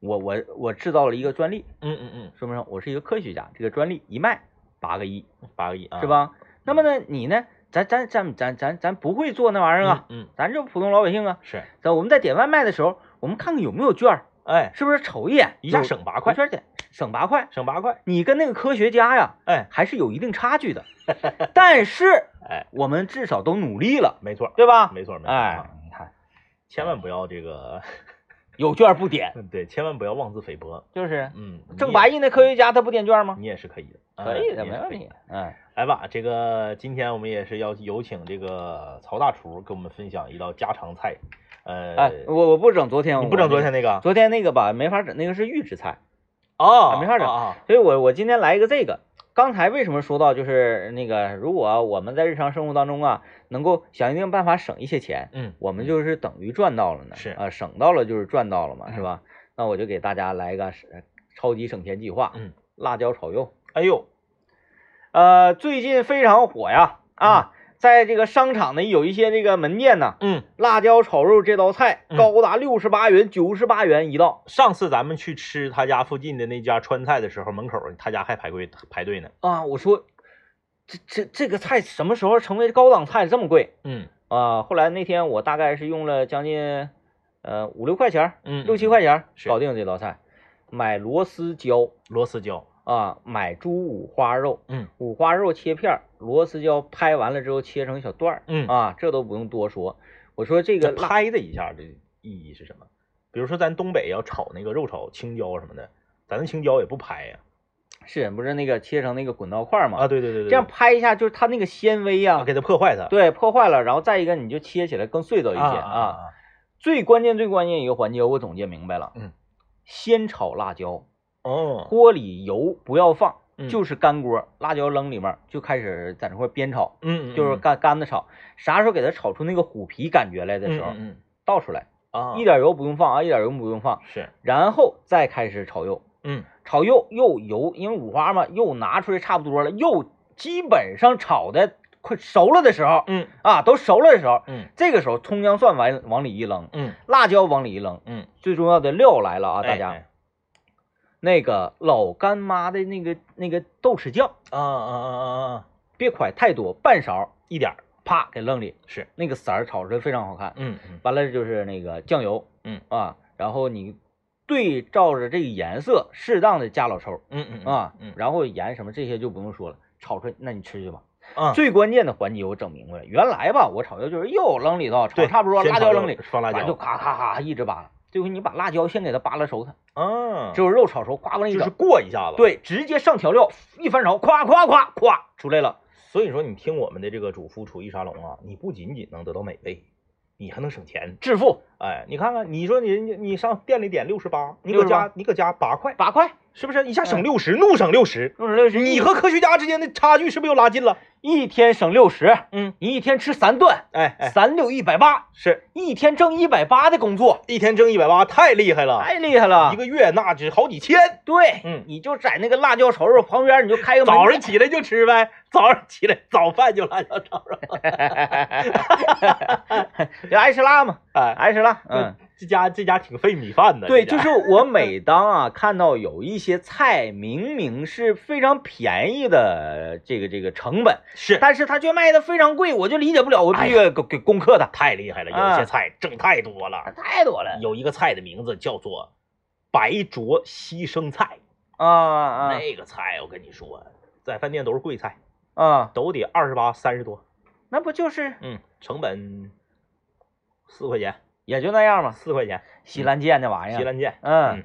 Speaker 1: 我我我制造了一个专利，
Speaker 2: 嗯嗯
Speaker 1: 说明我是一个科学家，这个专利一卖八个亿，
Speaker 2: 嗯，八个亿啊，
Speaker 1: 是？吧？那么呢，你呢？咱咱咱咱咱咱不会做那玩意儿啊，
Speaker 2: 嗯，嗯，
Speaker 1: 咱就普通老百姓啊。
Speaker 2: 是，
Speaker 1: 咱我们在点外卖的时候，我们看看有没有券儿，
Speaker 2: 哎，
Speaker 1: 是不是瞅一眼
Speaker 2: 一下
Speaker 1: 有
Speaker 2: 省八
Speaker 1: 有
Speaker 2: 块，
Speaker 1: 券儿点省八块，
Speaker 2: 省八块，
Speaker 1: 你跟那个科学家呀
Speaker 2: 哎
Speaker 1: 还是有一定差距 的，但是
Speaker 2: 哎，
Speaker 1: 我们至少都努力了，
Speaker 2: 没错，
Speaker 1: 对吧？
Speaker 2: 没错没错，
Speaker 1: 哎
Speaker 2: 啊，
Speaker 1: 你看
Speaker 2: 千万不要这个，
Speaker 1: 有券儿不点，
Speaker 2: 嗯对，千万不要妄自菲薄。
Speaker 1: 就是
Speaker 2: 嗯，你
Speaker 1: 挣
Speaker 2: 也
Speaker 1: 八亿那科学家他不点券吗？
Speaker 2: 你也是可以的，
Speaker 1: 可
Speaker 2: 嗯
Speaker 1: 以的，
Speaker 2: 你
Speaker 1: 没
Speaker 2: 也是
Speaker 1: 问
Speaker 2: 可以
Speaker 1: 题。哎，
Speaker 2: 来吧，这个今天我们也是要有请这个曹大厨给我们分享一道家常菜，呃，
Speaker 1: 哎，我我不整昨天，
Speaker 2: 你
Speaker 1: 我
Speaker 2: 不整昨
Speaker 1: 那
Speaker 2: 天那个
Speaker 1: 昨天那个吧，没法整，那个是预制菜，
Speaker 2: 哦
Speaker 1: 啊没法整
Speaker 2: 啊，
Speaker 1: 所以我我今天来一个这个。刚才为什么说到就是那个，如果啊我们在日常生活当中啊，能够想一定办法省一些钱，
Speaker 2: 嗯，
Speaker 1: 我们就是等于赚到了呢，
Speaker 2: 是
Speaker 1: 啊、省到了就是赚到了嘛，
Speaker 2: 嗯
Speaker 1: 是吧？那我就给大家来一个是超级省钱计划，
Speaker 2: 嗯，
Speaker 1: 辣椒炒肉，
Speaker 2: 哎呦，
Speaker 1: 呃，最近非常火呀，啊，在这个商场呢有一些这个门店呢，
Speaker 2: 嗯，
Speaker 1: 辣椒炒肉这道菜
Speaker 2: 嗯
Speaker 1: 高达六十八元、九十八元一道
Speaker 2: 上次咱们去吃他家附近的那家川菜的时候，门口他家还排队排队呢，
Speaker 1: 啊，我说这这这个菜什么时候成为高档菜这么贵
Speaker 2: 嗯
Speaker 1: 啊？后来那天我大概是用了将近呃五六块钱儿，
Speaker 2: 嗯，
Speaker 1: 六七块钱儿
Speaker 2: 是
Speaker 1: 搞定这道菜，买螺丝椒。
Speaker 2: 螺丝椒，
Speaker 1: 啊，买猪五花肉，
Speaker 2: 嗯，
Speaker 1: 五花肉切片儿，螺丝椒拍完了之后切成小段儿，
Speaker 2: 嗯
Speaker 1: 啊，这都不用多说。我说这
Speaker 2: 这
Speaker 1: 个
Speaker 2: 个
Speaker 1: 辣，
Speaker 2: 拍的一下的意义是什么？比如说咱东北要炒那个肉炒青椒什么的，咱那青椒也不拍呀，
Speaker 1: 是不是那个切成那个滚刀块嘛？
Speaker 2: 啊，对对对对，
Speaker 1: 这样拍一下就是它那个纤维呀、
Speaker 2: 啊给它破坏它，
Speaker 1: 对，破坏了，然后再一个你就切起来更碎
Speaker 2: 啊
Speaker 1: 走一些
Speaker 2: 啊啊，
Speaker 1: 最关键最关键一个环节，我总结明白了，
Speaker 2: 嗯，
Speaker 1: 先炒辣椒，
Speaker 2: 哦，
Speaker 1: 锅里油不要放，
Speaker 2: 嗯
Speaker 1: 就是干锅，辣椒扔里面就开始在那块煸炒，
Speaker 2: 嗯，
Speaker 1: 就是
Speaker 2: 干
Speaker 1: 干干的炒，啥时候给它炒出那个虎皮感觉来的时候，
Speaker 2: 嗯
Speaker 1: 倒出来，
Speaker 2: 啊，
Speaker 1: 一点油不用放啊，一点油不用放，
Speaker 2: 是，
Speaker 1: 然后再开始炒肉，
Speaker 2: 嗯
Speaker 1: 炒肉又油，因为五花嘛，又拿出来差不多了，又基本上炒的快熟了的时候
Speaker 2: 嗯
Speaker 1: 啊，都熟了的时候，
Speaker 2: 嗯
Speaker 1: 这个时候葱姜蒜往往里一扔，
Speaker 2: 嗯
Speaker 1: 辣椒往里一扔，
Speaker 2: 嗯
Speaker 1: 最重要的料来了啊，
Speaker 2: 哎
Speaker 1: 大家、
Speaker 2: 哎
Speaker 1: 那个老干妈的那个那个豆豉酱，
Speaker 2: 啊啊啊啊啊，
Speaker 1: 别蒯太多，半勺，
Speaker 2: 一点儿
Speaker 1: 啪给扔里，
Speaker 2: 是，
Speaker 1: 那个色儿炒出来非常好看。
Speaker 2: 嗯嗯
Speaker 1: 完了就是那个酱油，
Speaker 2: 嗯
Speaker 1: 啊，然后你对照着这个颜色，适当的加老抽
Speaker 2: 嗯嗯
Speaker 1: 啊，
Speaker 2: 嗯
Speaker 1: 然后盐什么这些就不用说了，炒出来那你吃去吧。
Speaker 2: 啊，
Speaker 1: 最关键的环节我整明白了，原来吧我炒椒就是又扔里头，炒差不多，
Speaker 2: 先
Speaker 1: 辣
Speaker 2: 炒
Speaker 1: 椒
Speaker 2: 肉
Speaker 1: 扔里，
Speaker 2: 放辣
Speaker 1: 完就
Speaker 2: 椒，啊
Speaker 1: 咔咔咔一直扒拉。这回你把辣椒先给它扒拉熟它，
Speaker 2: 啊，
Speaker 1: 只有肉炒熟，夸往里一
Speaker 2: 就是
Speaker 1: 整，
Speaker 2: 过一下
Speaker 1: 嗯
Speaker 2: 子，，
Speaker 1: 对，直接上调料，一翻勺，夸夸夸夸出来了。
Speaker 2: 所以说你听我们的这个主妇厨艺沙龙啊，你不仅仅能得到美味，你还能省钱，
Speaker 1: 致富
Speaker 2: 哎，你看看，你说你人家你上店里点六十八，你搁家你搁家八块，
Speaker 1: 八块，
Speaker 2: 是不是一下
Speaker 1: 嗯
Speaker 2: 省六十，怒省六十？
Speaker 1: 六十六十，
Speaker 2: 你和科学家之间的差距是不是又拉近了？
Speaker 1: 一天省六十，
Speaker 2: 嗯，
Speaker 1: 你一天吃三顿，
Speaker 2: 哎哎，
Speaker 1: 三六一百八，
Speaker 2: 是
Speaker 1: 一天挣一百八的工作，
Speaker 2: 一天挣一百八，太厉害了，
Speaker 1: 太厉害了。
Speaker 2: 一个月那值好几千。
Speaker 1: 对，
Speaker 2: 嗯
Speaker 1: 你就在那个辣椒炒肉旁边，你就开个门
Speaker 2: 早上起来就吃呗，早上起来早饭就辣椒炒肉，
Speaker 1: 上就爱吃辣嘛，
Speaker 2: 哎，
Speaker 1: 爱吃辣。嗯，
Speaker 2: 这家这家挺费米饭的，
Speaker 1: 对，就
Speaker 2: 这家
Speaker 1: 是我每当啊看到有一些菜明明是非常便宜的这个这个成本，
Speaker 2: 是
Speaker 1: 但是它却卖的非常贵，我就理解不了，我必须给给攻克它。
Speaker 2: 太厉害了，有
Speaker 1: 啊
Speaker 2: 些菜挣太多了。
Speaker 1: 太多了
Speaker 2: 有一个菜的名字叫做白灼西生菜，
Speaker 1: 啊啊
Speaker 2: 那个菜我跟你说，在饭店都是贵菜，
Speaker 1: 啊！
Speaker 2: 都得二十八、三十多，
Speaker 1: 那不就是
Speaker 2: 嗯，成本四块钱，
Speaker 1: 也就那样嘛，
Speaker 2: 四块钱，
Speaker 1: 西兰剑那玩意儿。
Speaker 2: 西兰剑，
Speaker 1: 嗯，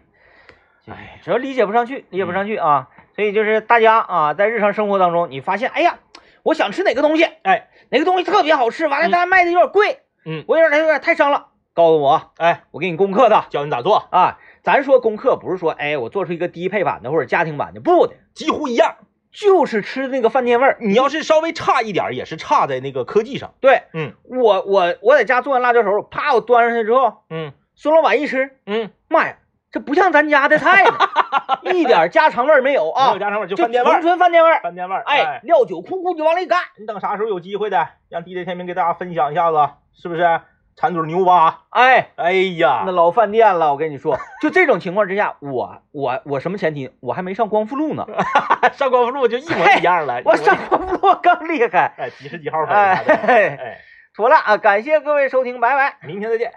Speaker 2: 哎呀
Speaker 1: 主要理解不上去，理解不上去啊。所以就是大家啊，在日常生活当中，你发现，哎呀，我想吃哪个东西，
Speaker 2: 哎，
Speaker 1: 哪个东西特别好吃，完了
Speaker 2: 嗯
Speaker 1: 但卖的有点贵，
Speaker 2: 嗯
Speaker 1: 我有点有点太伤了。告诉我啊，
Speaker 2: 哎，
Speaker 1: 我给你攻克它
Speaker 2: 教你咋做，
Speaker 1: 啊。咱说攻克不是说，哎，我做出一个低配版的或者家庭版的，不的，
Speaker 2: 几乎一样。
Speaker 1: 就是吃那个饭店味儿。
Speaker 2: 你要是稍微差一点儿，也是差在那个科技上。
Speaker 1: 对
Speaker 2: 嗯
Speaker 1: 我，我我在家做完辣椒手，啪，我端上去之后，
Speaker 2: 嗯
Speaker 1: 孙老板一吃，
Speaker 2: 嗯，
Speaker 1: 妈呀，这不像咱家的菜 呢一点家常味儿没有
Speaker 2: 没
Speaker 1: 啊
Speaker 2: 有，家常味儿就
Speaker 1: 就
Speaker 2: 饭店味
Speaker 1: 纯
Speaker 2: 儿，
Speaker 1: 纯饭店味儿。
Speaker 2: 饭店味儿。
Speaker 1: 哎，，料酒库库就往里干。
Speaker 2: 你等啥时候有机会的，让 DJ 天明给大家分享一下子，是不是？馋嘴牛蛙，
Speaker 1: 哎，
Speaker 2: 哎呀
Speaker 1: 那，老饭店了，我跟你说，就这种情况之下，我我我什么前提？我还没上光复路呢，
Speaker 2: 上光复路就一模一样 了。
Speaker 1: 我
Speaker 2: 一模一
Speaker 1: 上
Speaker 2: 样
Speaker 1: 光复路更厉害。
Speaker 2: 哎几十几号粉啥的。
Speaker 1: 哎，
Speaker 2: 哎，
Speaker 1: 妥了啊，感谢各位收听，拜拜。
Speaker 2: 明天再见。